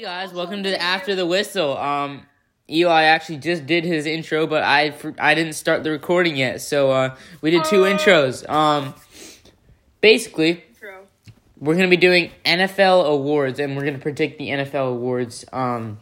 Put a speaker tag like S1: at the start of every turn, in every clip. S1: guys, welcome to After the Whistle. Um, Eli actually just did his intro, but I fr- I didn't start the recording yet, so uh, we did two intros. Um, basically,
S2: Intro.
S1: we're gonna be doing NFL awards, and we're gonna predict the NFL awards. Um,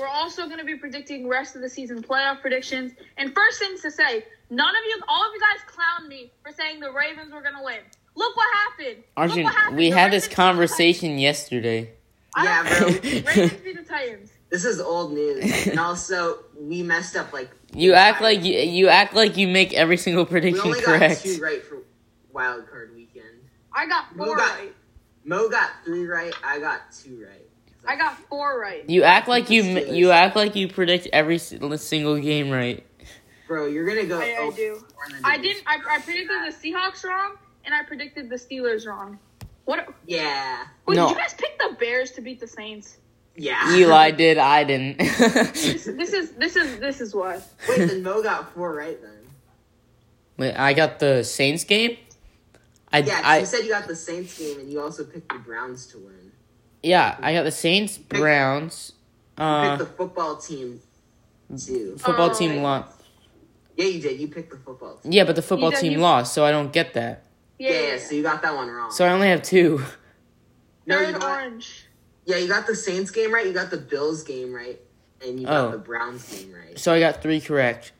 S2: We're also going to be predicting rest of the season playoff predictions. And first things to say, none of you, all of you guys, clown me for saying the Ravens were going to win. Look what happened. Look
S1: Arjun,
S2: what happened.
S1: we
S2: The
S1: had this
S2: Ravens beat the
S1: conversation yesterday.
S2: Titans.
S3: Yeah,
S2: I-
S1: bro.
S2: Ravens beat the Titans.
S3: This is old news, and also we messed up. Like
S1: You act like you, you act like you make every single
S3: we
S1: prediction
S3: only
S1: correct.
S3: got two right for wild card weekend.
S2: I got
S3: Who
S2: four
S3: got-
S2: right.
S3: Mo got three right. I got two right.
S2: I got four right.
S1: You act like you
S3: Steelers.
S1: you act like you predict every s- single game right.
S3: bro. You're gonna go.
S2: I- I
S3: oh,
S2: do.
S3: four in the
S2: I
S3: division.
S2: didn't. I, I predicted the Seahawks wrong, and I predicted the Steelers wrong. What?
S3: Yeah,
S2: Wait,
S1: No.
S2: did you guys pick the Bears to beat the Saints?
S3: yeah.
S1: Eli did, I didn't.
S2: This, this is this is this is what.
S3: Wait, then Mo got four right then.
S1: Wait, I got the Saints game. I
S3: Yeah, 'cause
S1: I
S3: you said you got the Saints game, and you also picked the Browns to win.
S1: yeah, I got the Saints, Browns,
S3: You
S1: uh,
S3: picked the football team too.
S1: football
S2: Oh.
S1: team lost.
S3: Yeah, you did. You picked the football team.
S1: Yeah, but the football
S2: You done-
S1: team
S2: you-
S1: lost, so I don't get that.
S2: Yeah.
S3: Yeah,
S2: yeah,
S3: yeah, so you got that one wrong.
S1: So I only have two.
S3: No, you
S2: Third
S3: got-
S2: orange.
S3: Yeah, you got the Saints game right. You got the Bills game right, and you
S1: Oh.
S3: got the Browns game right.
S1: So I got three correct.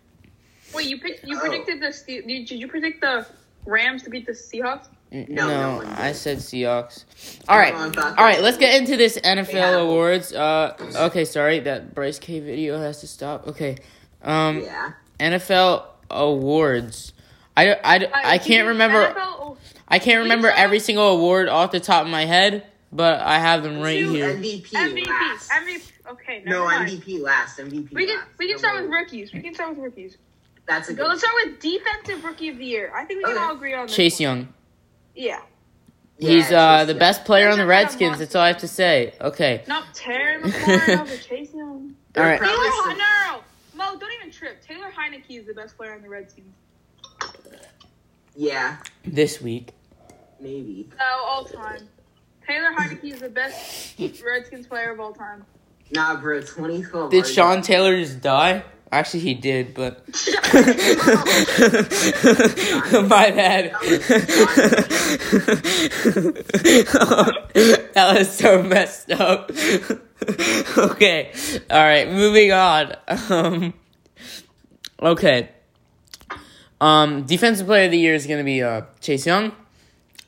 S2: Wait, you picked, you
S3: Oh.
S2: predicted the Ste- did you predict the Rams to beat the Seahawks?
S1: N-
S3: No, no
S1: no,
S3: one did.
S1: I said Seahawks. All right,
S3: Everyone
S1: all
S3: thought
S1: right.
S3: that-
S1: Let's get into this NFL
S3: Yeah.
S1: awards. Uh, okay, sorry that Bryce K video has to stop. Okay, um,
S3: Yeah,
S1: NFL awards. I, I,
S2: Uh,
S1: I can't remember.
S2: NFL,
S1: I can't remember
S2: Lisa?
S1: every single award off the top of my head, but I have them right
S3: uh,
S2: You-
S1: here.
S3: MVP.
S2: MVP,
S3: Last.
S2: MVP. Okay, never
S3: No,
S2: mind.
S3: MVP last. MVP.
S2: We can
S3: last.
S2: we can
S3: No
S2: start with
S3: worries.
S2: rookies. We can start with rookies.
S3: That's a
S2: Go,
S3: good.
S2: let's start with defensive rookie of the year. I think we can
S3: Okay.
S2: all agree on this
S1: Chase
S2: one.
S1: Young.
S2: Yeah,
S3: Yeah,
S1: He's uh,
S3: Chase
S1: the
S3: Young.
S1: best player on the
S2: He's not a
S1: Redskins.
S2: monster.
S1: That's all I have to say. Okay.
S2: not Terry McLaurin over Chase Young.
S1: All right.
S2: Taylor,
S3: Probably
S2: no,
S3: some-
S2: no, no, Mo, don't even trip. Taylor Heineke is the best player on the Redskins.
S3: Yeah,
S1: This week.
S3: maybe.
S2: No, all time. Taylor Heineke is the best Redskins player of all time.
S3: Nah, bro. Twenty twelve.
S1: Did Sean Taylor just die? Actually, he did, but. My bad. that was so messed up. okay. All right, moving on. Um, okay. Um, defensive player of the year is going to be uh, Chase Young.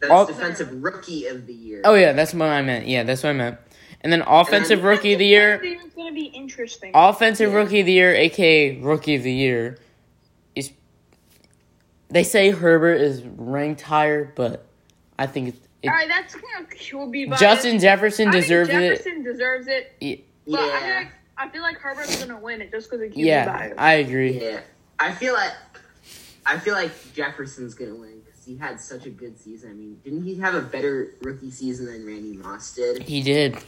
S3: That's
S1: all-
S3: defensive rookie of the year.
S1: Oh yeah, that's what I meant. Yeah, that's what I meant. And then offensive rookie of the year,
S2: It's gonna be interesting.
S1: offensive
S3: Yeah.
S1: rookie of the year, aka rookie of the year, is. They say Herbert is ranked higher, but I think it,
S2: All right, that's gonna will be biased.
S1: Justin Jefferson
S2: I think
S1: deserved it.
S2: Jefferson deserves it,
S1: Y-
S2: but I feel
S3: Yeah.
S2: like I feel like Herbert's gonna win it just because of QB
S1: Yeah,
S2: bias.
S1: I agree.
S3: Yeah. I feel like. I feel like Jefferson's gonna win because he had such a good season. I mean, didn't he have a better rookie season than Randy Moss did?
S1: He did,
S2: oh,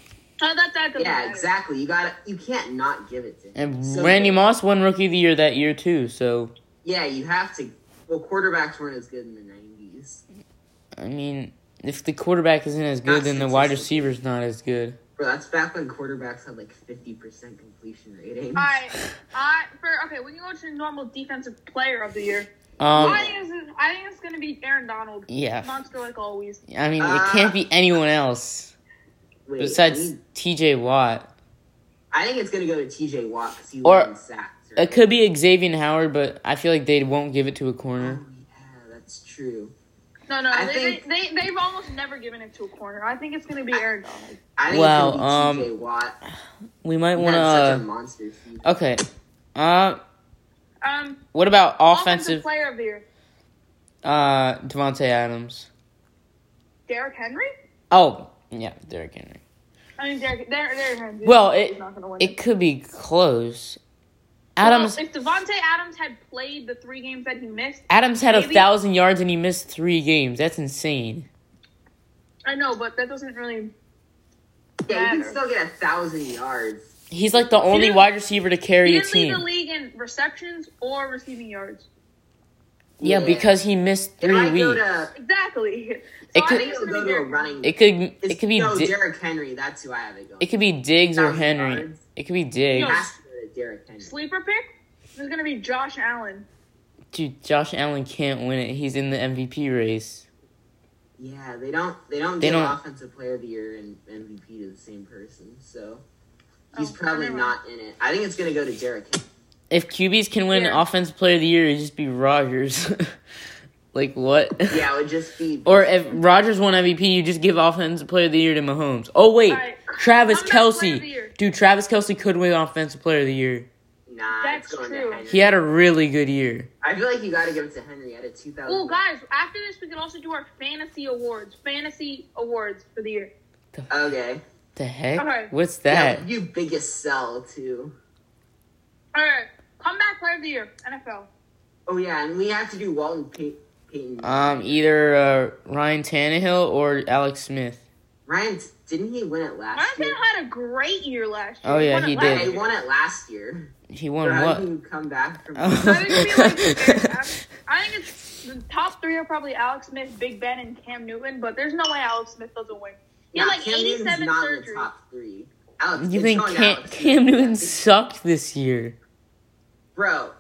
S2: that that doesn't
S3: Yeah,
S2: matter.
S3: exactly. You got to you can't not give it to him.
S1: and
S3: So-
S1: Randy Moss won rookie of the year that year too. So
S3: Yeah, you have to. Well, quarterbacks weren't as good in the nineties,
S1: I mean, if the quarterback isn't as good,
S3: Not
S1: then the wide
S3: statistically.
S1: receiver's not as good.
S3: bro. That's back when quarterbacks had like fifty percent completion rating.
S2: All right, I for okay, we can go to normal defensive player of the year.
S1: Um,
S2: I think it's, I think it's gonna be Aaron Donald,
S1: yeah,
S2: monster like always.
S1: I mean, it can't
S2: Ah.
S1: be anyone else.
S3: Wait, I,
S1: Besides
S3: need-
S1: TJ Watt.
S3: I think it's gonna go to T.J. Watt because he
S1: Or-
S3: won in sacks. right?
S1: It could be Xavier Howard, but I feel like they won't give it to a
S3: Oh,
S1: corner.
S3: yeah, that's true.
S2: No, no,
S3: I
S2: they,
S3: think-
S2: they, they they've almost never given it to a corner. I think it's gonna be Aaron Donald.
S3: I think
S1: Wow,
S3: it's
S1: um, uh,
S3: gonna be T.J. Watt.
S1: We might
S3: He
S1: want
S3: had such a
S1: to.
S3: monster season.
S1: Okay. Uh,
S2: Um,
S1: what about
S2: offensive
S1: offensive?
S2: player of the year,
S1: Uh, Devonte Adams.
S2: Derrick Henry.
S1: Oh, yeah, Derrick Henry.
S2: I mean, Derrick, Derrick, Derrick Henry.
S1: Well,
S2: is
S1: it-
S2: not gonna win
S1: It could be close. Adams.
S2: Well, if Devonte Adams had played the three games that he missed,
S1: Adams had a
S2: maybe-
S1: thousand yards and he missed three games. That's insane.
S2: I know, but that doesn't really.
S3: Yeah, you can
S2: Matter.
S3: still get a thousand yards.
S1: He's like the only
S2: didn't-
S1: wide receiver to
S2: He
S1: carry a
S2: didn't lead the
S1: team.
S2: league in receptions or receiving yards.
S1: Yeah,
S3: Yeah.
S1: because he missed
S3: It
S1: three
S3: might go
S1: weeks.
S3: to.
S2: Exactly. So
S1: It
S2: I
S1: could-
S2: think it's
S3: It'll
S2: gonna
S3: go
S2: be
S3: to a
S2: Derrick.
S3: running.
S1: It could
S3: It's-
S1: it could be
S3: no
S1: Di-
S3: Derrick Henry. That's who I have it going.
S1: it could be Diggs or
S3: Thousand
S1: Henry.
S3: yards.
S1: It could be Diggs.
S3: It has to go to Derrick Henry.
S2: Sleeper pick. This is gonna be Josh Allen.
S1: Dude, Josh Allen can't win it. He's in the MVP race.
S3: Yeah, they don't. They don't
S1: They
S3: give
S1: don't-
S3: offensive player of the year and MVP to the same person. So he's
S2: Oh,
S3: probably
S2: never
S3: not in it. I think it's gonna go to Derrick. Henry.
S1: If QBs can win
S2: Yeah.
S1: Offensive Player of the Year, it'd just be Rogers. like what?
S3: Yeah, it would just be.
S1: Or if Rogers won MVP, you just give Offensive Player of the Year to Mahomes. Oh wait,
S2: Alright.
S1: Travis
S2: I'm not Player of the
S1: Kelsey.
S2: Year.
S1: Dude, Travis Kelsey could win Offensive Player of the Year.
S3: nah,
S2: That's
S3: it's going
S2: true.
S3: to Henry.
S1: He had a really good year.
S3: I feel like you got to give it to Henry at a two thousand.
S2: Oh, guys! After this, we can also do our fantasy awards. Fantasy awards for the year.
S3: Okay.
S1: The heck?
S2: Alright.
S1: What's that?
S3: Yeah, you biggest sell too.
S2: All right, comeback player of the year, NFL.
S3: Oh yeah, and we have to do Walton Pay- Payton.
S1: Um, either uh, Ryan Tannehill or Alex Smith.
S3: Ryan, didn't he win it last
S2: Ryan
S3: year?
S2: Tannehill had a great year last year.
S1: Oh, yeah,
S2: won it
S1: he
S2: last
S1: did.
S3: They
S2: year.
S3: won it last year.
S1: He
S3: So
S1: won
S3: how
S1: what? Oh.
S3: can you come back from?
S2: I think, it'd be like- I think it's the top three are probably Alex Smith, Big Ben, and Cam Newton, but there's no way Alex Smith doesn't win. He had
S3: Nah,
S2: like
S3: Cam Newton's
S2: 87
S3: not in the
S2: surgeries.
S3: top three. Alex,
S1: You
S3: it's
S1: think
S3: going
S1: Cam,
S3: Alex.
S1: Cam Newton sucked this year?
S3: Bro,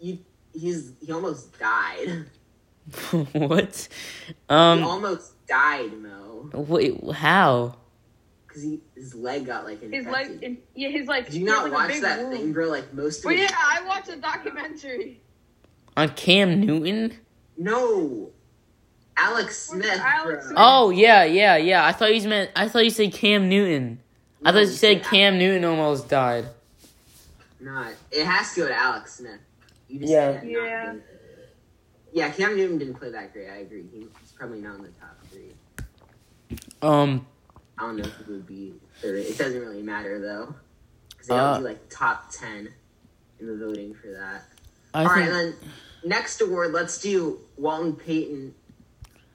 S3: you, he's he almost died.
S1: what?
S3: he
S1: Um,
S3: almost died, Mo,
S1: wait, how?
S3: because he his leg got like infected.
S2: His like, in, yeah, his like.
S3: Did you
S2: he
S3: not
S2: has, like, a
S3: watch
S2: big
S3: that
S2: wound.
S3: thing, bro? Like most of
S2: Well,
S3: it-
S2: yeah, I watched a documentary.
S1: On Cam Newton?
S3: No, Alex
S2: Was it
S3: Smith.
S2: Alex
S3: bro.
S2: Smith?
S1: Oh yeah, yeah, yeah. I thought you meant. I thought you said Cam Newton. I
S3: No,
S1: thought you said
S3: yeah.
S1: Cam Newton almost died.
S3: Not. It has to go to Alex Smith. You just
S1: Yeah.
S3: can't not
S2: Yeah.
S3: do it. Yeah, Cam Newton didn't play that great. I agree. He- He's probably not in the top three.
S1: Um,
S3: I don't know if he would be third. It doesn't really matter though, because they don't
S1: Uh.
S3: do like top ten in the voting for that.
S1: I
S3: All right,
S1: think
S3: then next award, let's do Walton Payton,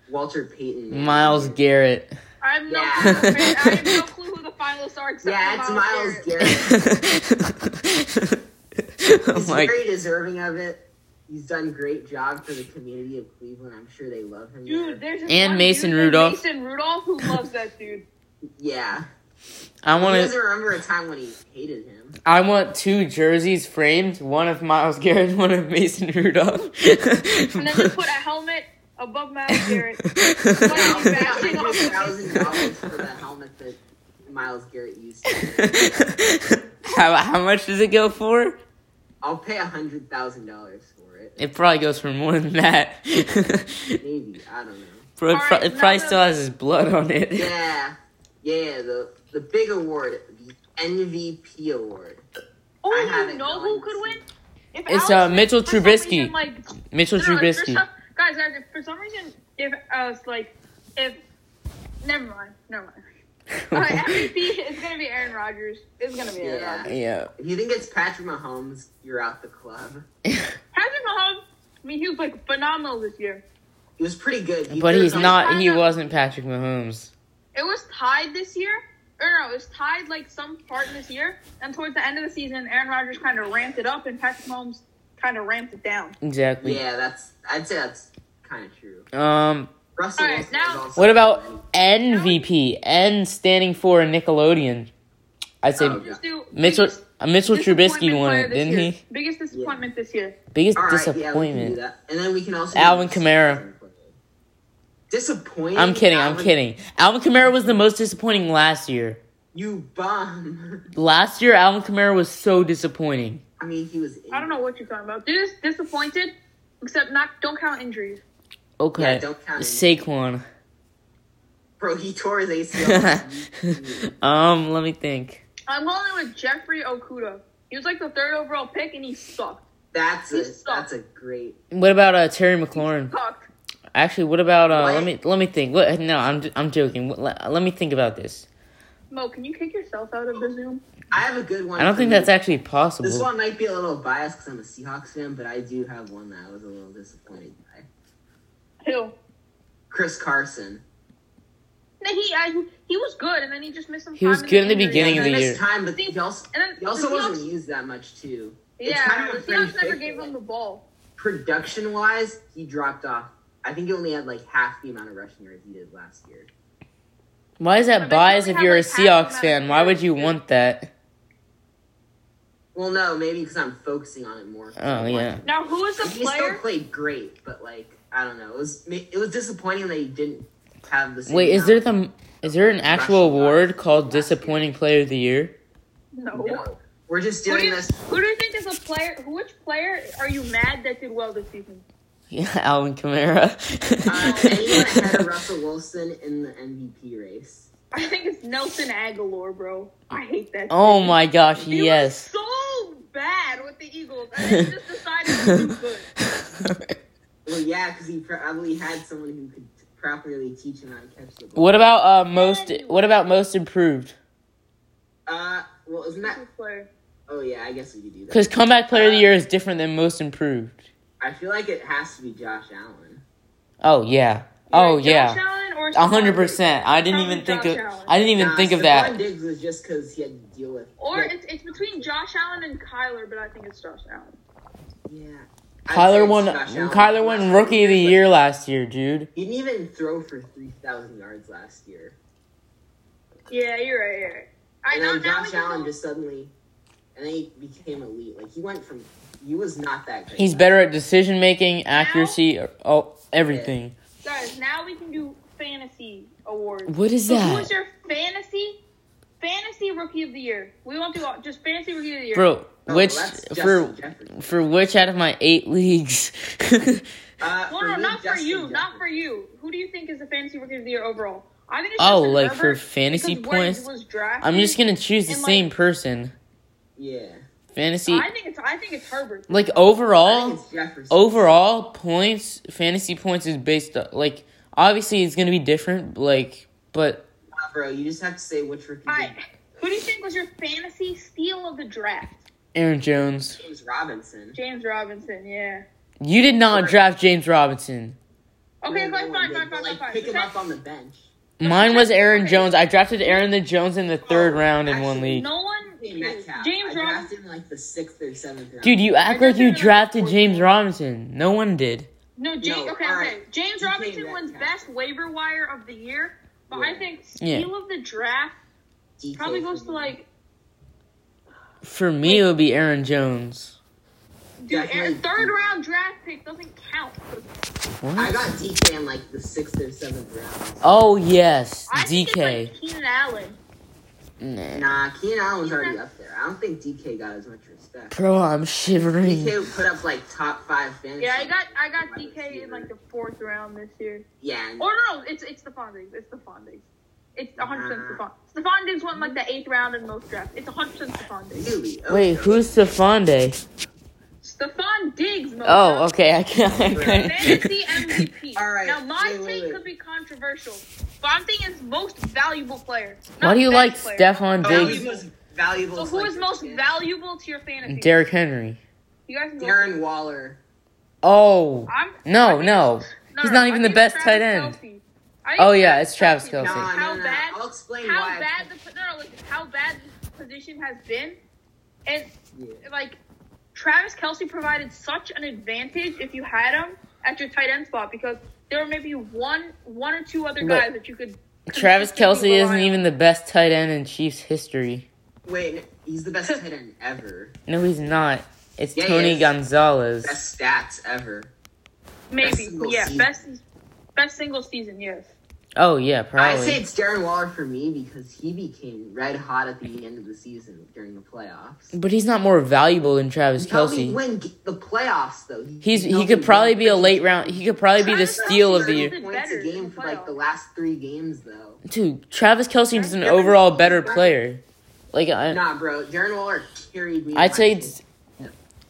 S3: Walter Payton.
S1: Miles Garrett.
S2: I have no,
S3: Yeah.
S2: clue, man. I have no clue who the finalists are except
S3: Yeah,
S2: for Miles
S3: it's Miles
S2: Garrett.
S3: Garrett.
S1: oh
S3: He's
S1: my
S3: very deserving of it. He's done a great job for the community of Cleveland. I'm sure they love him.
S2: Dude,
S3: there.
S2: there's this
S1: And
S2: one
S1: Mason
S2: dude,
S1: Rudolph.
S2: Mason Rudolph, who loves that dude.
S3: Yeah.
S1: I
S3: He
S1: want
S3: doesn't
S1: to.
S3: remember a time when he hated him.
S1: I want two jerseys framed. One of Miles Garrett, one of Mason Rudolph.
S2: And then they put a helmet above Miles Garrett.
S3: I'll pay
S2: Bashing off the-
S3: $100,000 for the helmet that Miles Garrett used. To.
S1: how how much does it go for?
S3: I'll pay $100,000 for it.
S1: It probably goes for more than that.
S3: Maybe. I don't know.
S1: Bro, it,
S2: All
S1: pro-
S2: right,
S1: it probably
S2: now
S1: still has his blood on it.
S3: Yeah. Yeah, the, the big award, the MVP award.
S2: Oh,
S3: I
S2: you
S3: haven't
S2: know
S3: gone
S2: who
S3: to
S2: could
S3: see
S2: win? If
S1: It's
S2: Alex
S1: uh,
S2: Smith
S1: Mitchell
S2: for some
S1: Trubisky.
S2: reason, like,
S1: Mitchell
S2: no, no, if for
S1: Trubisky.
S2: some- guys, guys, if for some reason, if uh, it's like, if never mind, never mind. All right, MVP is gonna be Aaron Rodgers. It's gonna be Aaron
S3: Yeah.
S2: Rodgers.
S1: yeah.
S3: If you think it's Patrick Mahomes, you're out the club.
S2: Patrick Mahomes. I mean, he was like phenomenal this year.
S3: He was pretty good. He
S1: But
S3: threw
S1: he's
S3: some-
S1: not. He wasn't Patrick Mahomes.
S2: It was tied this year. Or no, it was tied like some part this year. And towards the end of the season, Aaron Rodgers kind of ramped it up, and Patrick Mahomes kind of ramped it down.
S1: Exactly.
S3: Yeah, that's. I'd say that's kind of true.
S1: Um.
S3: Russell.
S2: All right,
S3: Wilson
S2: now-
S3: is also
S1: What about
S3: good.
S1: NVP? N standing for Nickelodeon. I'd say
S3: Oh,
S2: Just do
S1: Mitchell.
S2: biggest
S1: uh, Mitchell Trubisky
S2: disappointment
S1: won
S2: player
S1: it,
S2: this
S1: didn't
S2: year.
S1: he?
S2: Biggest disappointment this year.
S1: Biggest
S3: All right, yeah, we can do
S1: disappointment.
S3: that. And then we can also
S1: Alvin Kamara.
S3: Disappointing.
S1: I'm kidding. I'm
S3: Alvin-
S1: kidding. Alvin Kamara was the most disappointing last year.
S3: You bum.
S1: Last year, Alvin Kamara was so disappointing.
S3: I mean, he was.
S2: I don't know what you're talking about. Dude is disappointed, except not don't count injuries.
S1: Okay.
S3: Yeah, don't count it.
S1: Saquon.
S3: Bro, he tore his ACL.
S1: um. Let me think.
S2: I'm going with Jeffrey Okuda. He was like the third overall pick, and he sucked.
S3: that's
S2: He
S3: a
S2: sucked.
S3: that's a great.
S1: What about uh, Terry McLaurin?
S2: Sucked.
S1: Actually, what about uh,
S3: What?
S1: let me let me think. What, no, I'm j- I'm joking. What, let, let me think about this.
S2: Mo, can you kick yourself out of the Zoom?
S3: I have a good one.
S1: I don't
S3: for
S1: think
S3: you.
S1: that's actually
S3: This
S1: possible.
S3: one might be a little biased because I'm a Seahawks fan, but I do have one that I was a little disappointed by.
S2: Who?
S3: Chris Carson.
S2: No, he I, he was good, and then he just missed some.
S1: He was
S2: time
S1: good in the
S2: injury.
S1: beginning of
S3: he
S1: the
S3: missed
S1: year.
S3: time, but he also,
S2: And then
S3: he also
S2: the Seahawks-
S3: wasn't used that much too. It's
S2: Yeah,
S3: kind of
S2: the
S3: a Freddie
S2: Seahawks never
S3: Kitchens,
S2: gave him
S3: like-
S2: the ball.
S3: production wise, he dropped off. I think he only had like half the amount of rushing yards he did last year.
S1: Why is
S2: But
S1: that
S2: they
S1: biased
S2: only
S1: if
S2: have,
S1: you're a
S2: like, half the
S1: Seahawks
S2: amount
S1: fan?
S2: of
S1: Why would you
S2: yards.
S1: want that?
S3: Well, no, maybe because I'm focusing on it more.
S1: Oh, yeah.
S2: Now, who is the
S3: he still
S2: player?
S3: played great, but like I don't know, it was it was disappointing that he didn't have the. Same
S1: Wait, is there
S3: amount.
S1: the is there an actual
S3: Rushing
S1: award
S3: yards.
S1: called disappointing player of the year?
S2: No.
S3: No. We're just
S2: Who do,
S3: doing
S2: you,
S3: this.
S2: who do you think is a player? who- Which player are you mad that did well this season?
S1: Yeah, Alvin Kamara.
S3: Uh, anyone ahead of Russell Wilson in the MVP race?
S2: I think it's Nelson Aguilar, bro. I hate that.
S1: oh my gosh,
S2: He was
S1: yes.
S2: so bad with the Eagles. I think he just decided to do good.
S3: Well, yeah, because he probably had someone who could properly teach him how to catch the ball.
S1: what about uh most what about most improved?
S3: Uh, well, isn't that?
S2: Who's player?
S3: Oh yeah, I guess we could do that.
S1: Cuz comeback player of the year is different than most improved.
S3: I feel like it has to be Josh Allen.
S1: Oh yeah. Oh
S2: Josh
S1: yeah.
S2: Allen or
S1: A hundred
S2: Stephon
S1: percent. I didn't
S2: Probably
S1: even think
S2: Josh
S1: of
S2: Allen.
S1: I didn't even
S3: Nah,
S1: think of
S3: Stephon
S1: that.
S3: Diggs was just because he had to deal with.
S2: Diggs. Or
S3: but-
S2: it's, it's between Josh Allen and Kyler, but I think it's Josh Allen.
S3: yeah. I'd say
S1: Kyler
S3: it's
S1: won
S3: Josh Allen.
S1: Kyler won rookie of the year last year, dude.
S3: He didn't even throw for three thousand yards last year.
S2: Yeah, you're right. You're right. I
S3: and
S2: know
S3: then
S2: now.
S3: Josh Allen just suddenly, and then he became elite. Like he went from he was not that great.
S1: He's better at decision making, accuracy, oh, everything.
S2: Guys, now we can do fantasy awards.
S1: What is
S2: So
S1: that?
S2: Who is your fantasy fantasy rookie of the year? We won't do all, just fantasy rookie of the year.
S1: Bro,
S3: Oh,
S1: which
S3: that's Justin
S1: for
S3: Jefferson.
S1: for which out of my 8 leagues?
S3: Uh,
S2: No, no,
S3: me,
S2: not for
S3: Justin
S2: you, not
S3: Jefferson.
S2: for you. Who do you think is the fantasy rookie of the year overall? I think it's
S1: Oh,
S2: Justin
S1: like for
S2: Herbert
S1: fantasy
S2: because where he
S1: points?
S2: was drafted.
S1: I'm just going to choose the
S2: And, like-
S1: same person.
S3: Yeah.
S1: Fantasy
S2: I think it's I think it's Herbert.
S1: like
S3: I
S1: overall
S3: think it's Jefferson.
S1: overall points fantasy points is based on, like obviously it's going to be different like but
S3: Nah, bro, you just have to say which rookie
S2: All right,
S3: did
S2: who do you think was your fantasy steal of the draft?
S1: Aaron Jones,
S3: James Robinson.
S2: James Robinson. Yeah.
S1: you did not draft James Robinson.
S2: Okay,
S3: No,
S2: fine,
S3: no one
S2: fine,
S3: did,
S2: fine,
S3: but,
S2: fine,
S3: like,
S2: fine.
S3: Pick him
S2: Okay.
S3: up on the bench.
S1: Mine was Aaron Jones. I drafted Aaron the Jones in the third
S3: Oh,
S1: round in one
S3: actually,
S1: league.
S2: No one.
S3: Hey, Metcalf. I
S2: James Robinson.
S3: drafted him in, like the sixth or seventh round.
S1: Dude, you act
S2: I
S1: like you
S2: drafted him in the
S1: drafted
S2: fourth
S1: James
S2: round.
S1: Robinson. No one did.
S2: No, James.
S3: No,
S2: okay, okay.
S3: all right.
S2: James
S3: You can't
S2: Robinson
S3: even
S2: wins
S3: count.
S2: best waiver wire of the year, but I
S3: Yeah.
S2: think steal
S1: Yeah.
S2: of the draft
S3: DK
S2: probably
S3: for
S2: goes to
S3: me.
S2: like
S1: For me, it would be Aaron Jones.
S2: dude. Aaron,
S3: Definitely.
S2: third round draft pick doesn't count.
S3: I
S1: What?
S3: got DK in like the sixth or seventh round.
S1: Oh yes,
S2: I think it's,
S1: DK.
S2: like Keenan Allen.
S1: Nah.
S3: Nah, Keenan Allen's
S2: Yeah.
S3: already up there. I don't think DK got as much respect.
S1: Bro, I'm shivering.
S3: DK put up like top five fantasy.
S2: Yeah, I got I got
S3: wide
S2: DK in
S3: receiver.
S2: like the fourth round this year.
S3: Yeah, and
S2: Or no, it's it's Stephon Diggs. It's Stephon Diggs. It's 100 percent
S3: Uh-huh.
S2: Stephon. Stephon Diggs won like the eighth round in most drafts. It's 100 percent Stephon Diggs.
S3: really. okay.
S1: Wait, who's Stefonde?
S2: Stephon Diggs. Mo,
S1: Oh, okay, I can't. I
S2: Fantasy
S1: can't.
S2: MVP.
S3: All right,
S2: Now my
S3: wait, wait,
S2: take
S3: wait.
S2: could be controversial, but I'm thinking it's most valuable player.
S1: Why
S2: Not
S1: do you
S2: best
S1: like
S2: player.
S1: Stephon
S3: Oh, who's
S1: Diggs?
S3: most
S2: So
S3: valuable?
S2: who is
S3: selected?
S2: most valuable to your fantasy?
S1: Derrick Henry.
S2: You guys. Know
S3: Darren Waller.
S1: Oh,
S2: I'm, I
S1: no,
S2: think
S1: no.
S2: it's-
S1: He's not
S2: I
S1: even
S2: think
S1: the
S2: it's
S1: best
S2: Travis
S1: tight end.
S2: Kelce. I think
S1: Oh, yeah, it's Travis Kelce.
S2: Kelce.
S3: Nah,
S2: How
S3: nah, nah.
S2: bad?
S3: I'll explain
S2: How
S3: why.
S2: bad the no, no, listen. How bad this position has been, and
S3: Yeah.
S2: like Travis Kelsey provided such an advantage if you had him at your tight end spot because there were maybe one one or two other
S1: But-
S2: guys that you could.
S1: Travis
S2: consistently
S1: Kelsey
S2: rely
S1: isn't
S2: on.
S1: even the best tight end in Chiefs history.
S3: Wait, n- he's the best tight end ever.
S1: No, he's not. It's
S3: Yeah, he
S1: Tony
S3: is.
S1: Gonzalez.
S3: Best stats ever.
S2: maybe
S3: single
S2: yeah
S3: season.
S2: best best single season yes.
S1: Oh yeah,
S3: I say
S1: probably.
S3: it's Darren Waller for me because he became red hot at the end of the season during the playoffs.
S1: But he's not more valuable than Travis
S3: He helped me
S1: Kelsey.
S3: win g- the playoffs though.
S1: He's he
S3: helped
S1: could
S3: me
S1: probably
S3: win
S1: be a late round. He could probably be the
S2: Travis
S1: steal of the
S2: Kelce
S1: year.
S2: is-
S3: points
S2: Better
S3: a game
S2: in the
S3: for like the
S2: playoffs.
S3: last three games though.
S1: Dude, Travis Kelsey is an
S3: Travis
S1: overall
S3: Kelce's
S1: better
S3: better.
S1: player. Like I,
S3: Nah, bro, Darren Waller carried me.
S1: I say it's,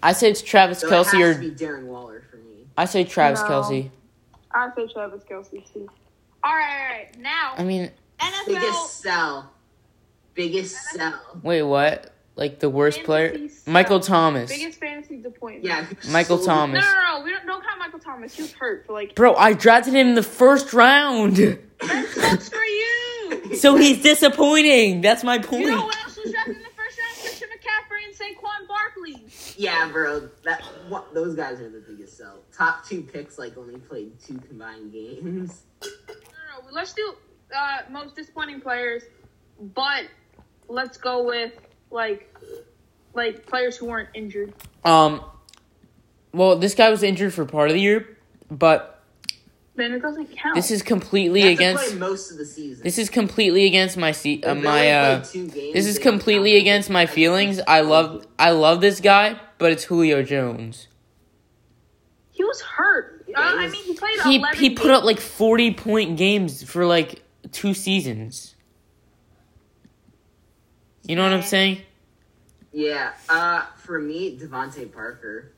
S1: I say it's Travis
S3: so Kelsey
S1: Kelsey
S3: it has to
S1: or
S3: be Darren Waller for me.
S1: I say Travis
S2: No.
S1: Kelsey.
S2: I say Travis Kelsey too. All right, all right. Now
S1: I mean,
S2: NFL
S3: Biggest sell, biggest sell.
S1: wait, what? Like the worst player?
S2: Fantasy sucks.
S1: Michael Thomas.
S2: biggest fantasy disappointment.
S3: Yeah, who
S1: Michael
S3: sold-
S2: No,
S1: Thomas.
S2: no, no, no. We don't don't count Michael Thomas. He was hurt for like.
S1: Bro, I drafted him in the first round.
S2: That's for you.
S1: So he's disappointing. That's my point.
S2: You know what else was drafted in the first round? Christian McCaffrey and Saquon Barkley.
S3: Yeah, bro. That what, those guys are the biggest sell. Top two picks like only played two combined games.
S2: No, no, no. Let's do uh, most disappointing players, but let's go with like like players who weren't injured.
S1: Um, well, this guy was injured for part of the year, but
S2: Then it doesn't count.
S1: this is completely
S3: They have to
S1: against.
S3: play most of the season.
S1: This is completely against my se- uh,
S3: They
S1: my
S3: only
S1: uh.
S3: played two games,
S1: This is
S3: they don't
S1: completely
S3: count.
S1: against my feelings. I love I love this guy, but it's Julio Jones.
S2: he was hurt. Uh, I mean, he played.
S1: He
S2: 11
S1: he put
S2: games.
S1: up like forty point games for like two seasons. You know what I'm saying?
S3: Yeah. Uh, for me, Devonte Parker.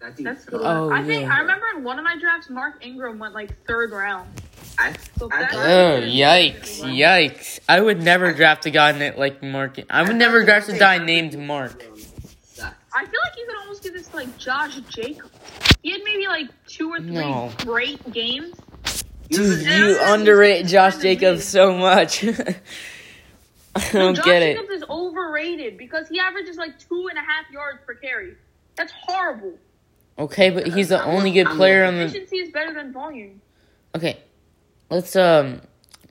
S3: That dude.
S2: That's
S3: killed.
S2: cool.
S1: Oh,
S2: I think
S1: yeah.
S2: I remember in one of my drafts, Mark Ingram went like third round.
S3: I,
S2: So
S3: I
S2: that's-
S3: thought-
S1: Oh yikes, yikes! I would never draft a guy na- like Mark. I would never draft a guy named Mark.
S3: Sucked.
S2: I feel like you could almost give this to like Josh Jacobs. He had maybe like two or three
S1: No.
S2: great games.
S1: Dude,
S2: Yeah,
S1: you
S2: that's what
S1: underrate
S2: he's
S1: Josh
S2: trying to
S1: Jacobs
S2: do.
S1: so much. I
S2: No,
S1: don't
S2: Josh
S1: get it.
S2: Jacobs is overrated because he averages like two and a half yards per carry. That's horrible.
S1: Okay, but he's the only good player on the.
S2: Efficiency is better than volume.
S1: Okay, let's um.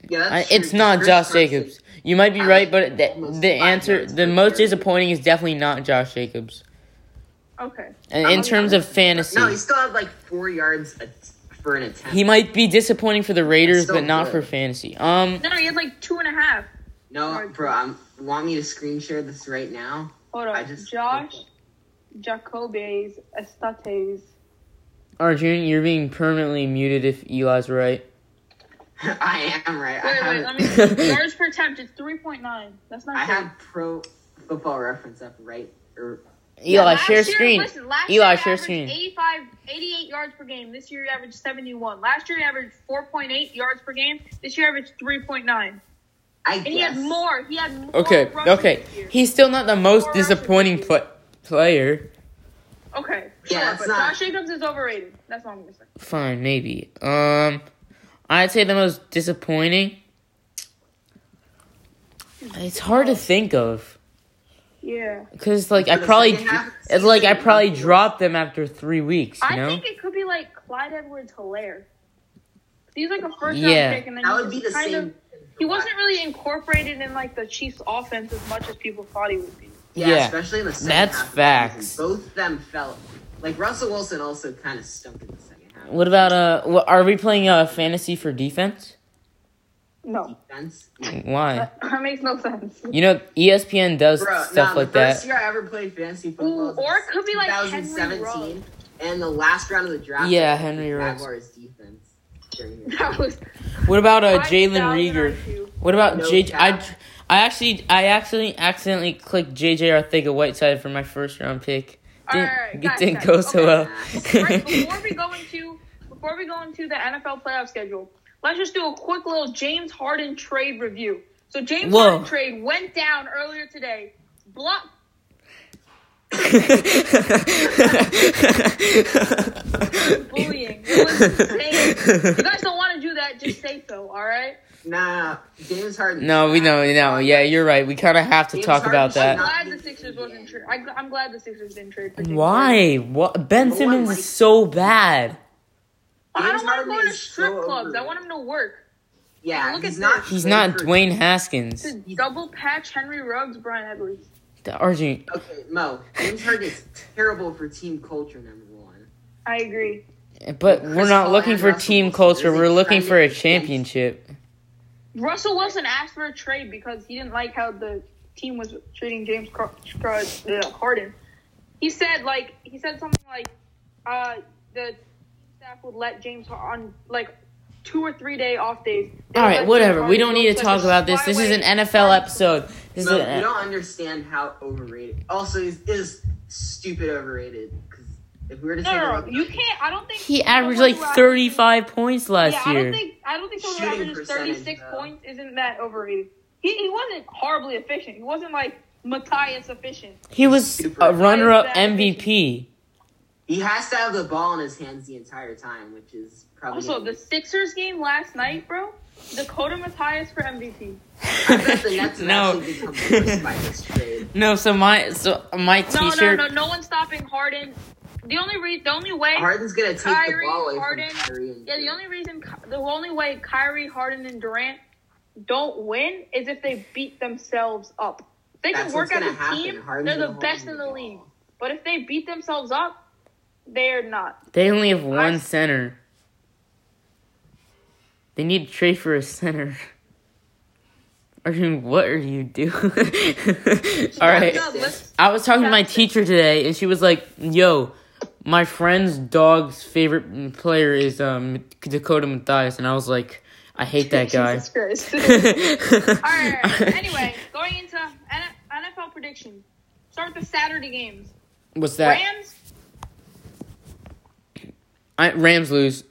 S3: Yeah, that's
S1: I,
S3: true.
S1: it's not
S3: Chris
S1: Josh
S3: Carson-
S1: Jacobs. You might be right, but the,
S3: Almost
S1: the
S3: five
S1: answer,
S3: yards
S1: the
S3: per
S1: most
S3: carry.
S1: disappointing is definitely not Josh Jacobs.
S2: Okay.
S1: And in
S2: Um,
S1: terms of fantasy,
S3: No, he still had like four yards a, for an attempt.
S1: he might be disappointing for the Raiders,
S3: so
S1: but not
S3: good.
S1: for fantasy. Um,
S2: No, no, he had like two and a half.
S3: No, bro. I'm, want me to screen share this right now?
S2: Hold
S3: I
S2: on.
S3: just-
S2: Josh Jacobes Estates.
S1: Arjun, you're being permanently muted if Eli's right.
S3: I am right. I
S2: Wait,
S3: have,
S2: wait, let me. yards per attempt is 3.9. That's not
S3: I
S2: good.
S3: have pro football reference up right. er, Or,
S1: Eli,
S2: Last
S1: share
S2: year-
S1: screen.
S2: listen, last
S1: Eli,
S2: year he
S1: share
S2: averaged
S1: screen.
S2: 85, 88 yards per game. This year he averaged 71. Last year he averaged 4.8 yards per game. This year he averaged 3.9.
S3: I
S2: And he
S3: guess.
S2: had more. He had more.
S1: Okay,
S2: rushes
S1: okay.
S2: this year.
S1: He's still not the most
S2: Four rushes
S1: disappointing
S2: this
S1: pl- player.
S2: Okay.
S3: Yeah,
S2: sure,
S3: it's
S2: but
S3: not-
S2: Josh Jacobs is overrated. That's all I'm going to say.
S1: Fine, maybe. Um, I'd say the most disappointing. It's hard to think of
S2: Yeah.
S1: because, like, I
S3: For the
S1: probably,
S3: second half of the
S1: it's like I
S3: season,
S1: probably
S3: of course.
S1: dropped them after three weeks. You
S2: I
S1: know?
S2: think it could be like Clyde Edwards Hilaire. He's like a first
S1: Yeah.
S2: round pick, and then
S3: That
S2: he
S3: would be
S2: was
S3: the
S2: kind
S3: same.
S2: of. He wasn't really incorporated in like the Chiefs' offense as much as people thought he would be.
S3: Yeah,
S1: Yeah,
S3: especially in the second
S1: that's
S3: half of the
S1: facts.
S3: season. Both of them fell. Like Russell Wilson also kind of stunk in the second half.
S1: What about uh? wha- Are we playing uh fantasy for defense?
S2: No,
S3: Defense?
S1: Why?
S2: that, that makes no sense.
S1: You know, E ESPN does
S3: Bro,
S1: stuff
S3: nah,
S1: like
S3: the first
S1: that.
S3: year I ever played fantasy football.
S2: Ooh,
S3: was
S2: or it could be like Henry
S3: 2017,
S2: Ruggs.
S3: and the last round of the draft.
S1: Yeah,
S3: was the
S1: Henry Ruggs.
S3: Jaguars defense. During it.
S2: That was
S1: What about uh
S2: 5,000
S1: Jalen Rieger?
S2: IQ.
S1: What about
S3: No
S1: JJ? I,
S3: cap.
S1: I actually I actually accidentally clicked JJ Arthega Whiteside for my first round pick.
S2: All
S1: Didn't,
S2: right,
S1: it
S2: guys,
S1: didn't
S2: guys,
S1: go so
S2: okay.
S1: well.
S2: Right, before we go into before we go into the NFL playoff schedule, let's just do a quick little James Harden trade review. So James
S1: Whoa.
S2: Harden trade went down earlier today. Block bullying. It was insane. You guys don't want to do that. Just say so. All right.
S3: Nah, James Harden.
S1: no, we know, no, yeah, you're right. We kind of have to
S3: James
S1: talk
S3: Harden
S1: about
S3: should
S1: that.
S3: not-
S2: Glad the Sixers wasn't trade. I'm glad the Sixers didn't trade. For James
S1: Why?
S2: Harden.
S1: What? Ben
S3: No one
S1: Simmons
S3: likes-
S1: is so bad.
S2: I
S3: James
S2: don't want to
S3: Harden
S2: go to
S3: is
S2: strip
S3: so
S2: clubs. I
S3: overrated.
S2: want him to work.
S3: Yeah,
S2: Look
S3: he's
S2: at
S3: not.
S2: this.
S1: He's not
S3: good for-
S1: Dwayne Haskins.
S2: To double patch Henry Ruggs, Brian Edwards.
S1: The Arjun.
S3: Okay, Mo. James Harden is terrible for team culture. Number one.
S2: I agree.
S1: But
S3: Chris
S1: we're not
S3: Paul
S1: looking
S3: and
S1: for
S3: Russell
S1: team
S3: Wilson
S1: culture.
S3: isn't
S1: We're looking for a
S3: trying to defend-
S1: championship.
S2: Russell Wilson asked for a trade because he didn't like how the team was treating James Car- Car- uh, Harden. He said like he said something like uh, the staff would let James Har- on like two or three day off days. They
S1: All
S2: would
S1: right,
S2: let
S1: whatever.
S2: James
S1: We
S2: Harden
S1: don't
S2: go
S1: need to
S2: play
S1: talk
S2: the
S1: about this. This is an
S2: flyweight.
S1: NFL episode. This is
S3: Mo, you
S1: an,
S3: don't understand how overrated. Also, is is stupid overrated. 'cause if we were to
S2: No,
S3: say
S2: no,
S3: that,
S2: no, you can't. I don't think
S1: he averaged like
S2: someone who averages-
S1: 35 points
S2: Yeah,
S1: last
S2: I
S1: year.
S2: don't think I don't think someone who
S3: Shooting
S2: averages
S3: percentage,
S2: 36
S3: though.
S2: points isn't that overrated. He, he wasn't horribly efficient. He wasn't like Matthias efficient.
S1: He was
S3: Super
S1: a runner-up
S2: Exactly.
S1: MVP.
S3: he has to have the ball in his hands the entire time, which is probably.
S2: Also, the Sixers game last night, bro. Dakota Matthias for MVP.
S3: I bet the Nets have
S1: No.
S3: actually become worse by this trade.
S1: No, so my so my
S2: No,
S1: t-shirt.
S2: no, no, no one's stopping Harden. The only re- the only way,
S3: Harden's gonna take
S2: Kyrie,
S3: the ball away
S2: Harden.
S3: from Kyrie. And
S2: yeah, the only reason, Ky- the only way Kyrie, Harden, and Durant don't win is if they beat themselves up. If they
S3: That's
S2: can work
S3: what's
S2: as a
S3: gonna happen.
S2: team.
S3: Harden's
S2: they're
S3: gonna
S2: the
S3: hold
S2: best
S3: them
S2: in
S3: to
S2: the
S3: the
S2: league.
S3: ball.
S2: But if they beat themselves up, they are not.
S1: They only have one
S2: I-
S1: center. They need to trade for a center. Arjun, what are you doing? All right.
S2: No, let's-
S1: I was talking to my
S2: That's it.
S1: teacher today, and she was like, "Yo, my friend's dog's favorite player is um Dakota Mathias," and I was like, "I hate that guy."
S2: Jesus Christ.
S1: All
S2: All right. all right. Anyway, going into N- NFL predictions. Start with the Saturday games.
S1: what's that?
S2: Rams.
S1: I, Rams lose.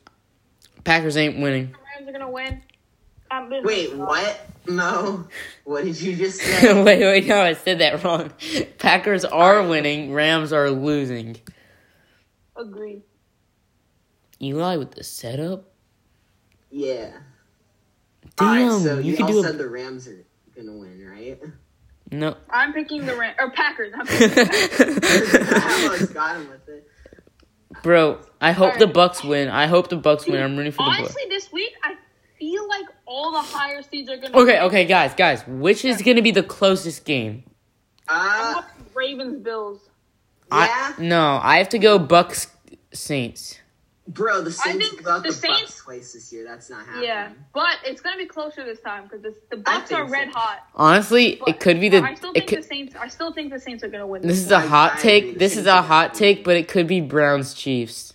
S1: Packers ain't winning.
S2: Rams are gonna win. Um, but-
S3: Wait, what? No. What did you just
S1: wait,
S3: say?
S1: wait, no, I said that wrong. Packers are winning. Rams are losing.
S2: Agreed.
S1: Eli with the setup.
S3: yeah.
S1: Damn,
S3: Alright, so
S1: you,
S3: you
S1: could
S3: all
S1: do a
S3: said the Rams are gonna win, right?
S1: no.
S2: I'm picking the Rams or Packers. I'm picking the Packers.
S3: I
S1: Bro,
S3: almost got him with it.
S1: I hope
S2: Alright.
S1: the Bucks win. I hope the Bucks win. I'm rooting for the Bucks.
S2: Honestly, this week I feel like all the higher seeds are gonna.
S1: Okay, okay, guys, guys. Which is gonna be the closest game?
S3: Uh,
S2: I'm up with Ravens Bills.
S1: I,
S3: yeah.
S1: no, I have to go Bucks Saints.
S3: Bro, the
S2: I
S3: Saints
S2: think
S3: blew out
S2: the
S3: the,
S2: Saints-
S3: Bucks twice this year. That's not happening.
S2: Yeah, but it's gonna be closer this time because the Bucks
S3: think
S2: are
S3: so.
S2: red hot.
S1: Honestly,
S2: but
S1: it could be the.
S2: I still
S1: it
S2: think
S1: could-
S2: the Saints. I still think the Saints are gonna win.
S1: this
S2: This
S1: is a
S3: I-
S1: hot
S3: I agree.
S1: take.
S3: The
S1: This is
S3: Saints
S1: a
S3: are
S1: hot
S3: gonna
S1: take,
S3: win.
S1: but it could be Browns Chiefs.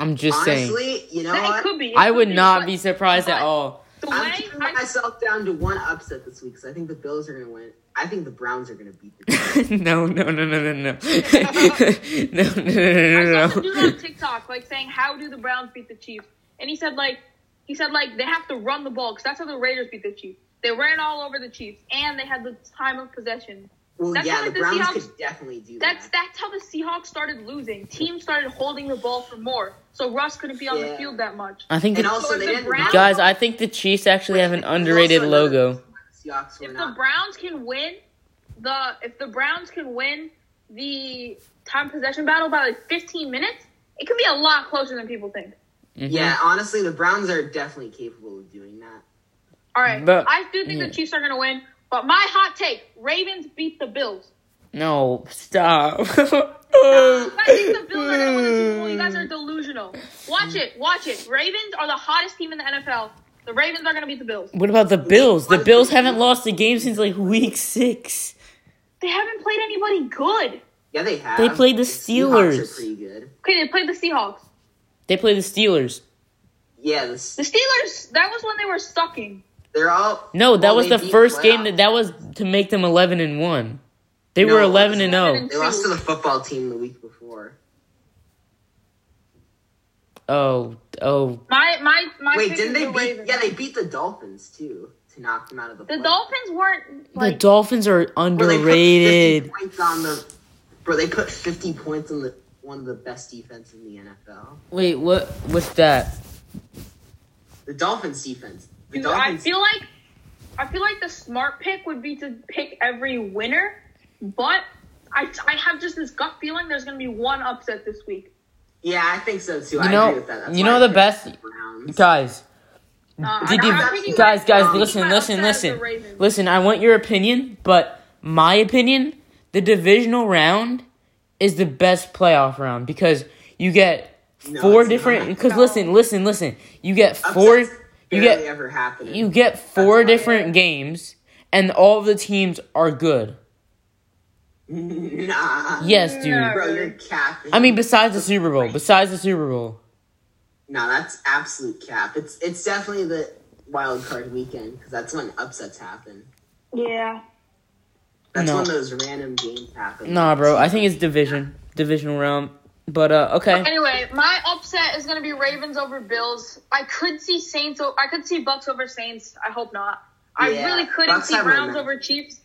S1: I'm just saying.
S3: Honestly, you know
S2: it
S3: what?
S2: could be. It
S1: I
S2: could
S1: would
S2: be,
S1: not
S2: but
S1: be surprised at
S2: but-
S1: all.
S2: The way
S3: I'm keeping
S2: I
S3: myself down to one upset this week because I think the Bills are gonna win. I think the Browns are gonna beat the. Chiefs.
S1: no, no, no, no, no, no, no, no, no, no,
S2: I
S1: no,
S2: saw some dude
S1: no.
S2: on TikTok like saying, "How do the Browns beat the Chiefs?" And he said like he said like they have to run the ball because that's how the Raiders beat the Chiefs. They ran all over the Chiefs and they had the time of possession.
S3: Well,
S2: That's
S3: yeah,
S2: how
S3: the
S2: the
S3: Browns
S2: Seahawks-
S3: could definitely do
S2: That's
S3: that.
S2: that's how the Seahawks started losing. Teams started holding the ball for more, so Russ couldn't be on the
S3: Yeah.
S2: field that much.
S1: I think
S3: And
S1: the,
S3: also,
S2: if
S3: they
S2: the
S3: didn't.
S2: Browns-
S1: guys, I think the Chiefs actually have an
S3: There's also
S1: underrated
S3: another
S1: logo.
S3: reason why the Seahawks were
S2: If the
S3: not.
S2: Browns can win the if the Browns can win the time possession battle by like 15 minutes, it could be a lot closer than people think.
S1: Mhm.
S3: Yeah, honestly, the Browns are definitely capable of doing that.
S2: All right.
S1: But-
S2: I do think
S1: yeah.
S2: the Chiefs are going to win, but my hot take Ravens beat the Bills.
S1: No, stop.
S2: You guys think the Bills are going to win the Super Bowl. You guys are delusional. Watch it. Watch it. Ravens are the hottest team in the NFL. The Ravens are going to beat the Bills.
S1: What about the Bills? The Bills haven't lost a game since like week six.
S2: They haven't played anybody good.
S3: Yeah, they have.
S1: They played the
S3: Seahawks
S1: Steelers.
S3: are pretty good.
S2: Okay, they played the Seahawks.
S1: They play the Steelers.
S3: Yeah, the,
S2: The
S3: S-
S2: Steelers, that was when they were sucking.
S3: they're all.
S1: No, that
S3: well,
S1: was
S3: they
S1: the
S3: beat
S1: first
S3: playoff-
S1: game that that was to make them eleven and one. They
S3: No,
S1: were
S3: it
S1: eleven and oh. zero.
S2: wasn't.
S3: They lost to the football team the week before.
S1: Oh, oh,
S2: My my my
S3: Wait,
S2: pick
S3: didn't
S2: is
S3: they
S2: the
S3: beat?
S2: Ravens.
S3: Yeah, they beat the Dolphins too to knock them out of the.
S2: the
S3: playoffs.
S2: Dolphins weren't
S1: the
S2: like
S1: Dolphins are
S3: Bro, they put 50
S1: underrated.
S3: points on the. Bro, they put fifty points on the one of the best defense in the NFL.
S1: Wait, what? What's that?
S3: The Dolphins defense. The
S2: Dude, I
S3: Dolphins.
S2: feel like I feel like the smart pick would be to pick every winner, but I, I have just this gut feeling there's gonna be one upset this week.
S3: yeah, I think so too. I
S1: You know-
S3: agree with that. That's
S1: you
S3: why
S1: know
S3: I
S1: the
S3: picked
S1: best-
S3: Browns.
S1: Guys,
S2: Uh,
S1: Did
S2: I'm
S1: you-
S2: not picking
S1: guys,
S2: my-
S1: guys,
S2: I'm picking
S1: listen,
S2: my
S1: listen,
S2: upset as the
S1: listen.
S2: Ravens.
S1: listen, I want your opinion, but my opinion, the divisional round is the best playoff round because you get
S3: No,
S1: four
S3: it's
S1: different.
S3: not.
S1: Because
S2: No.
S1: listen, listen, listen, you get four.
S3: Upsets
S1: You
S3: barely
S1: get
S3: ever happening.
S1: you get four
S3: That's why-
S1: different games, and all of the teams are good.
S3: Nah.
S1: Yes, dude.
S2: No.
S3: Bro, you're capping.
S1: I mean, besides the Super Bowl, besides the Super Bowl.
S3: no, that's absolute cap. It's it's definitely the wild card weekend because that's when upsets happen.
S2: Yeah,
S3: That's
S1: No.
S3: when those random games happen.
S1: Nah, bro, I think it's division, divisional round. But uh, okay.
S2: Anyway, my upset is gonna be Ravens over Bills. I could see Saints. o- I could see Bucks over Saints. I hope not. I
S3: Yeah,
S2: really couldn't
S3: Bucks
S2: see
S3: have
S2: Browns
S3: momentum.
S2: over Chiefs,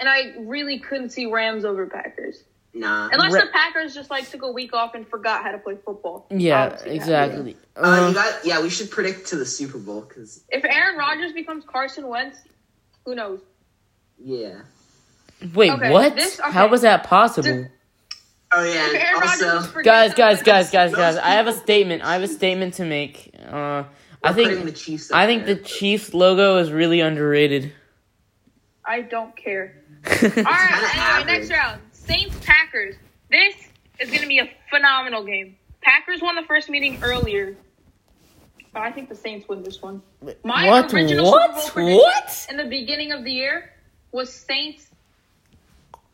S2: and I really couldn't see Rams over Packers.
S3: Nah. Uh,
S2: Unless
S1: Ra-
S2: the Packers just like took a week off and forgot how to play football. I
S1: Yeah,
S2: don't see that.
S1: exactly.
S3: Uh,
S1: Uh,
S3: you got, yeah, we should predict to the Super Bowl because
S2: If Aaron Rodgers becomes Carson Wentz, who knows?
S3: yeah,
S1: Wait,
S2: Okay,
S1: what?
S2: this-
S1: How
S2: okay.
S1: was that possible?
S2: This-
S3: Oh yeah.
S2: Okay,
S3: and
S2: Aaron Rodgers
S3: also,
S2: was forgetting
S1: Guys, guys,
S2: something.
S1: guys, guys, guys. I have a statement. I have a statement to make. Uh, I
S3: we're putting the
S1: think
S3: Chiefs. up
S1: I think
S3: there.
S1: the Chiefs logo is really underrated.
S2: I don't care. All
S1: I
S3: kinda
S2: right, anyway, next
S3: average.
S2: round. Saints Packers. This is going to be a phenomenal game. Packers won the first meeting earlier. But I think the Saints win this one. My
S1: What?
S2: original
S1: What?
S2: Super Bowl prediction
S1: What?
S2: in the beginning of the year was Saints.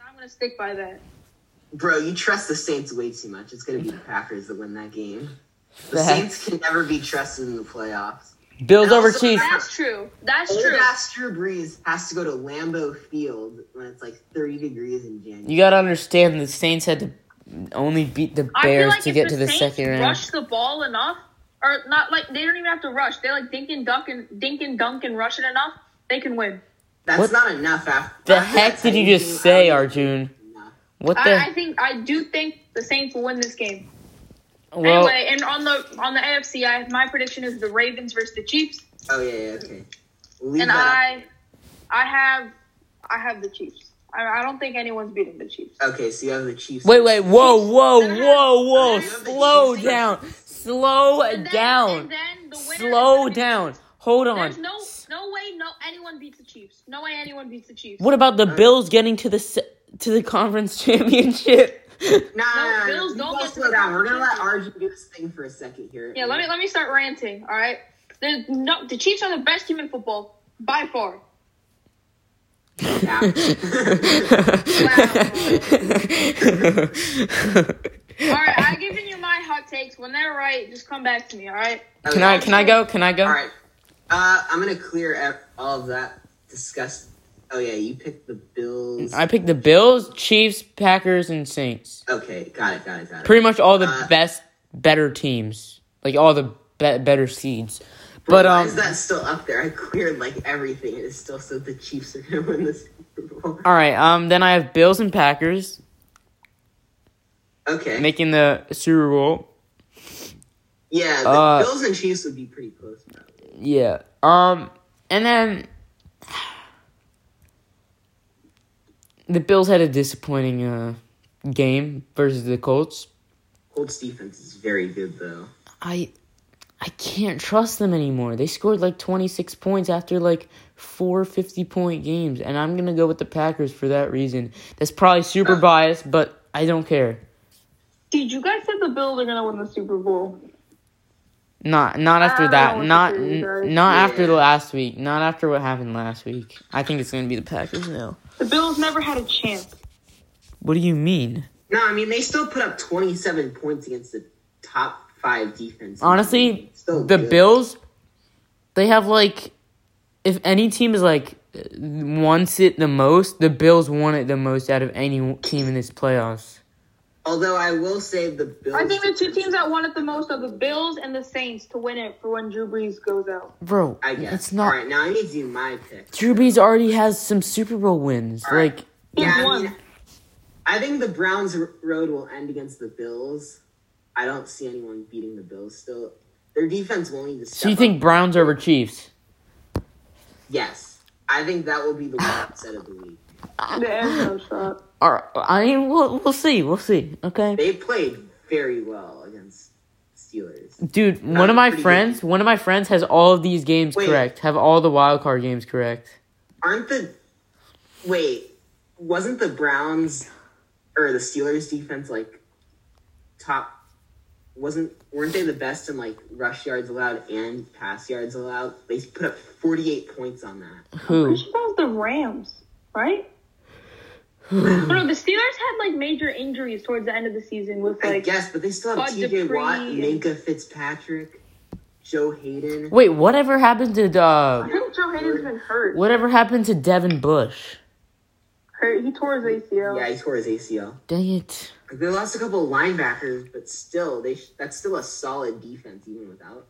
S2: I'm going to stick by that.
S3: Bro, you trust the Saints way too much. It's gonna be the Packers that win that game. The
S1: Facts.
S3: Saints can never be trusted in the playoffs.
S1: Bills
S3: And
S1: over
S3: also-
S1: Chiefs.
S2: That's true. That's
S3: Old
S2: true.
S3: ass Drew Brees has to go to Lambeau Field when it's like 30 degrees in January.
S1: You gotta understand the Saints had to only beat the
S2: I feel
S1: Bears
S2: like
S1: to
S2: if
S1: get to the
S2: Saints
S1: second round.
S2: Rush the ball enough, or not like they don't even have to rush. They like dink and dunk and dink and dunk and rush it enough. They can win.
S3: That's
S1: What
S3: not enough. After
S1: The
S3: after
S1: heck
S3: that
S1: did you
S3: Titans
S1: just
S3: game, I
S1: say,
S3: don't think
S1: Arjun?
S3: it's enough.
S1: What
S2: I, I
S1: the?
S2: think I do think the Saints will win this game.
S1: Well,
S2: anyway, and on the on the AFC, I, my prediction is the Ravens versus the Chiefs,
S3: Oh yeah, yeah, okay. Leave
S2: and
S3: that
S2: I I have I have the Chiefs. I, I don't think anyone's beating the Chiefs.
S3: up. Okay, so you have the Chiefs.
S1: wait, wait, whoa, whoa,
S2: Then-
S1: whoa, whoa!
S3: then-
S1: Slow down, slow
S2: And then- and
S1: down,
S2: then the winner is
S1: slow
S2: gonna be-
S1: down. Hold
S2: There's
S1: on.
S2: no no way no anyone beats the Chiefs. No way anyone beats the Chiefs.
S1: What about the Bills getting to the se- to the conference championship?
S3: No, no, no,
S2: Bills
S3: no.
S2: don't get
S3: You guys
S2: to
S3: slow
S2: the
S3: down. We're gonna let
S2: Super Bowl.
S3: Arjun do his thing for a second here.
S2: Yeah, let me let me start ranting. All right, the no, the Chiefs are the best team in football by far. All right, I've given you my hot takes. When they're right, just come back to me. All right.
S1: Can I can I go? Can I go?
S3: All right. Uh, I'm gonna clear ev- all of that. Discuss. Oh yeah, you picked the Bills.
S1: I picked the Bills, Chiefs, Packers, and Saints.
S3: okay, got it, got it, got it.
S1: Pretty much all the
S3: Uh,
S1: best, better teams, like all the be- better seeds.
S3: Bro,
S1: But
S3: why
S1: um,
S3: is that still up there? I cleared like everything. and It still said the Chiefs are gonna win the Super Bowl.
S1: all right. Um, then I have Bills and Packers
S3: Okay.
S1: making the Super Bowl.
S3: yeah, the
S1: uh,
S3: Bills and Chiefs would be pretty close. Probably.
S1: Yeah. Um, and then the Bills had a disappointing uh game versus the Colts.
S3: Colts defense is very good though.
S1: I I can't trust them anymore. They scored like 26 points after like four 50 point games and I'm going to go with the Packers for that reason. That's probably super biased, but I don't care.
S2: Dude, you guys said the Bills are gonna win the Super Bowl.
S1: Not not after
S2: I
S1: that.
S2: don't know
S1: Not
S2: what to do,
S1: n-
S2: guys.
S1: not after the
S3: Yeah.
S1: last week. Not after what happened last week. I think it's going to be the Packers now.
S2: The Bills never had a chance.
S1: What do you mean?
S3: No, I mean they still put up 27 points against the top five defense.
S1: Honestly,
S3: Still
S1: the
S3: good.
S1: Bills they have like if any team is like uh, wants it the most, the Bills want it the most out of any team in this playoffs.
S3: Although I will say the Bills.
S2: I think the two teams that won it the most are the Bills and the Saints to win it for when Drew Brees goes out.
S1: Bro,
S3: I guess.
S1: it's not
S3: All right, now I need to do my pick.
S1: Drew Brees already has some Super Bowl wins.
S3: All right.
S1: Like
S3: Yeah, I,
S2: one.
S3: mean, I think the Browns' r- road will end against the Bills. I don't see anyone beating the Bills still. Their defense will need to step
S1: so you think
S3: up.
S1: Browns over Chiefs?
S3: Yes. I think that will be the one upset of the week.
S2: The end shot.
S1: Alright, I mean we'll we'll see. We'll see. Okay.
S3: They played very well against Steelers.
S1: Dude, one of
S3: I'm
S1: my
S3: pretty
S1: friends, one of my friends has all of these games
S3: Wait.
S1: correct. Have all the wild card games correct.
S3: Aren't the wait? Wasn't the Browns or the Steelers defense like top? Wasn't weren't they the best in like rush yards allowed and pass yards allowed? They put up forty eight points on that.
S1: Who?
S2: That was the Rams, right? no, the Steelers had like major injuries towards the end of the season with
S3: I
S2: like
S3: guess, but they still have
S2: Bud
S3: T.J. Watt,
S2: Dupree and-
S3: Minka Fitzpatrick, Joe Hayden.
S1: Wait, whatever happened to uh
S2: I think Joe Hayden's been hurt.
S1: Whatever happened to Devin Bush?
S2: Hurt. He tore his ACL.
S3: Yeah, he tore his ACL.
S1: Dang it.
S3: They lost a couple of linebackers, but still, they sh- that's still a solid defense even without.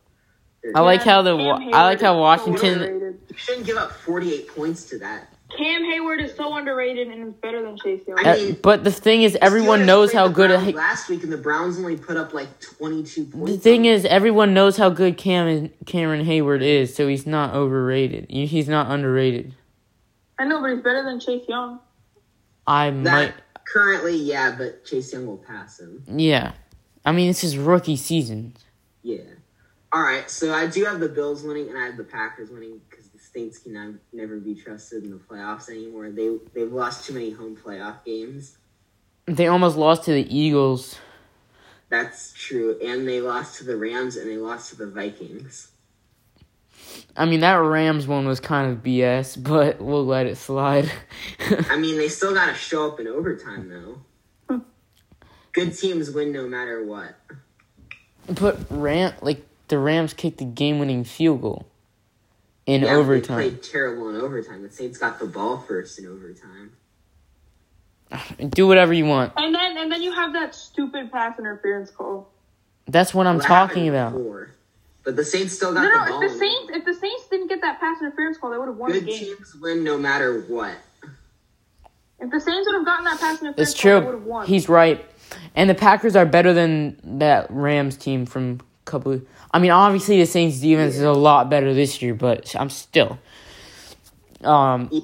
S3: their-
S1: I like how the
S2: Cam
S1: wa-
S2: Hayward
S1: I like
S2: is
S1: how
S2: so
S1: Washington.
S2: underrated.
S3: you shouldn't give up forty eight points to that.
S2: Cam Hayward is so underrated and is better than Chase Young.
S3: I
S1: Uh,
S3: mean,
S1: But the thing is, everyone
S3: Steelers
S1: knows
S3: played
S1: how
S3: the
S1: good.
S3: Browns
S1: A,
S3: last week, and the Browns only put up like twenty-two points.
S1: the thing is, everyone knows how good Cam Cameron Hayward is, so he's not overrated. He- He's not underrated.
S2: I know, but he's better than Chase Young.
S1: I
S3: That
S1: might.
S3: currently, yeah, but Chase Young will pass him.
S1: Yeah. I mean, it's his rookie season.
S3: Yeah. All right, so I do have the Bills winning, and I have the Packers winning because the Saints can nev- never be trusted in the playoffs anymore. They they've lost too many home playoff games.
S1: They almost lost to the Eagles.
S3: That's true, and they lost to the Rams and they lost to the Vikings.
S1: I mean, that Rams one was kind of BS, but we'll let it slide.
S3: I mean, they still got to show up in overtime though. Good teams win no matter what.
S1: but Ram, like the Rams kicked the game-winning field goal in
S3: Yeah,
S1: overtime.
S3: They played terrible in overtime. The Saints got the ball first in overtime.
S1: Do whatever you want.
S2: And then and then you have that stupid pass interference call.
S1: That's what I'm
S3: That
S1: talking about.
S3: happened before. But the Saints still got
S2: No,
S3: the
S2: no.
S3: ball.
S2: If the
S3: in
S2: Saints if the Saints didn't get that pass interference call, they would have won
S3: Good
S2: the game.
S3: teams win no matter what.
S2: If the Saints would have gotten that pass interference
S1: It's
S2: call, they would
S1: true.
S2: have won.
S1: He's right. And the Packers are better than that Rams team from a couple. I mean, obviously the Saints defense is a lot better this year, but I'm still. Um,
S3: And,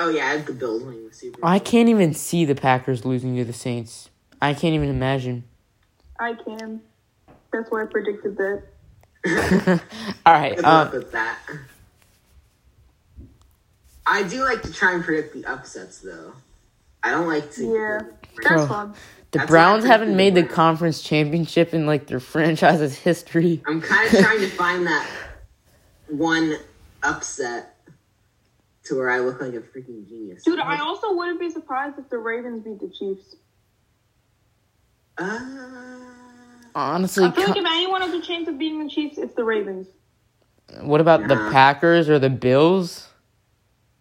S3: oh yeah, I have the Bills winning the Super Bowl.
S1: I can't even see the Packers losing to the Saints. I can't even imagine.
S2: I can. That's why I predicted that.
S1: All right.
S3: Good
S1: Um,
S3: luck with that. I do like to try and predict the upsets though. I don't like to.
S2: Yeah.
S1: Bro.
S2: That's fun.
S1: the
S3: That's
S1: Browns
S3: not
S1: haven't made the
S3: good.
S1: conference championship in like their franchise's history.
S3: I'm kind of trying to find that one upset to where I look like a freaking genius.
S2: Dude, I also wouldn't be surprised if the Ravens beat the Chiefs.
S3: Uh,
S1: Honestly,
S2: I feel like
S1: co-
S2: if anyone has a chance of beating the Chiefs, it's the Ravens.
S1: what about the
S3: Nah.
S1: Packers or the Bills?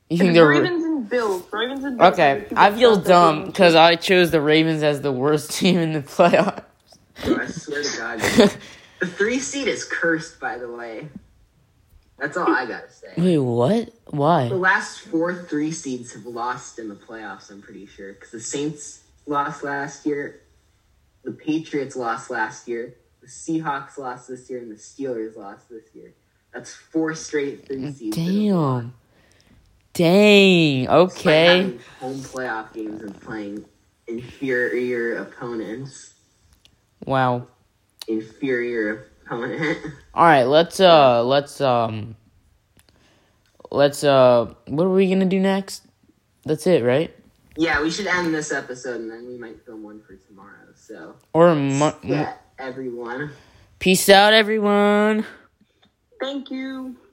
S1: You think
S2: It's the
S1: they're
S2: Ravens and Bills. Ravens and Bills. are
S1: Okay,
S2: the two
S1: I
S2: best
S1: feel
S2: offenses
S1: dumb
S2: in the
S1: because I chose the Ravens as the worst team in the playoff.
S3: Dude, I swear to God. The three seed is cursed, by the way. That's all I gotta say.
S1: Wait, what?
S3: The
S1: Why?
S3: last four three seeds have lost in the playoffs, I'm pretty sure. Because the Saints lost last year, the Patriots lost last year, the Seahawks lost this year, and the Steelers lost this year. That's four straight three seeds. that have lost.
S1: Damn. Dang.
S3: Despite
S1: Okay.
S3: having Home playoff games and playing inferior opponents.
S1: Wow.
S3: Inferior opponent.
S1: All right. Let's uh. Let's um. Let's uh. What are we gonna do next? That's it, right?
S3: Yeah, we should end this episode and then we might film one for tomorrow. So,
S1: Or mu-
S3: yeah, everyone.
S1: peace out, everyone.
S2: Thank you.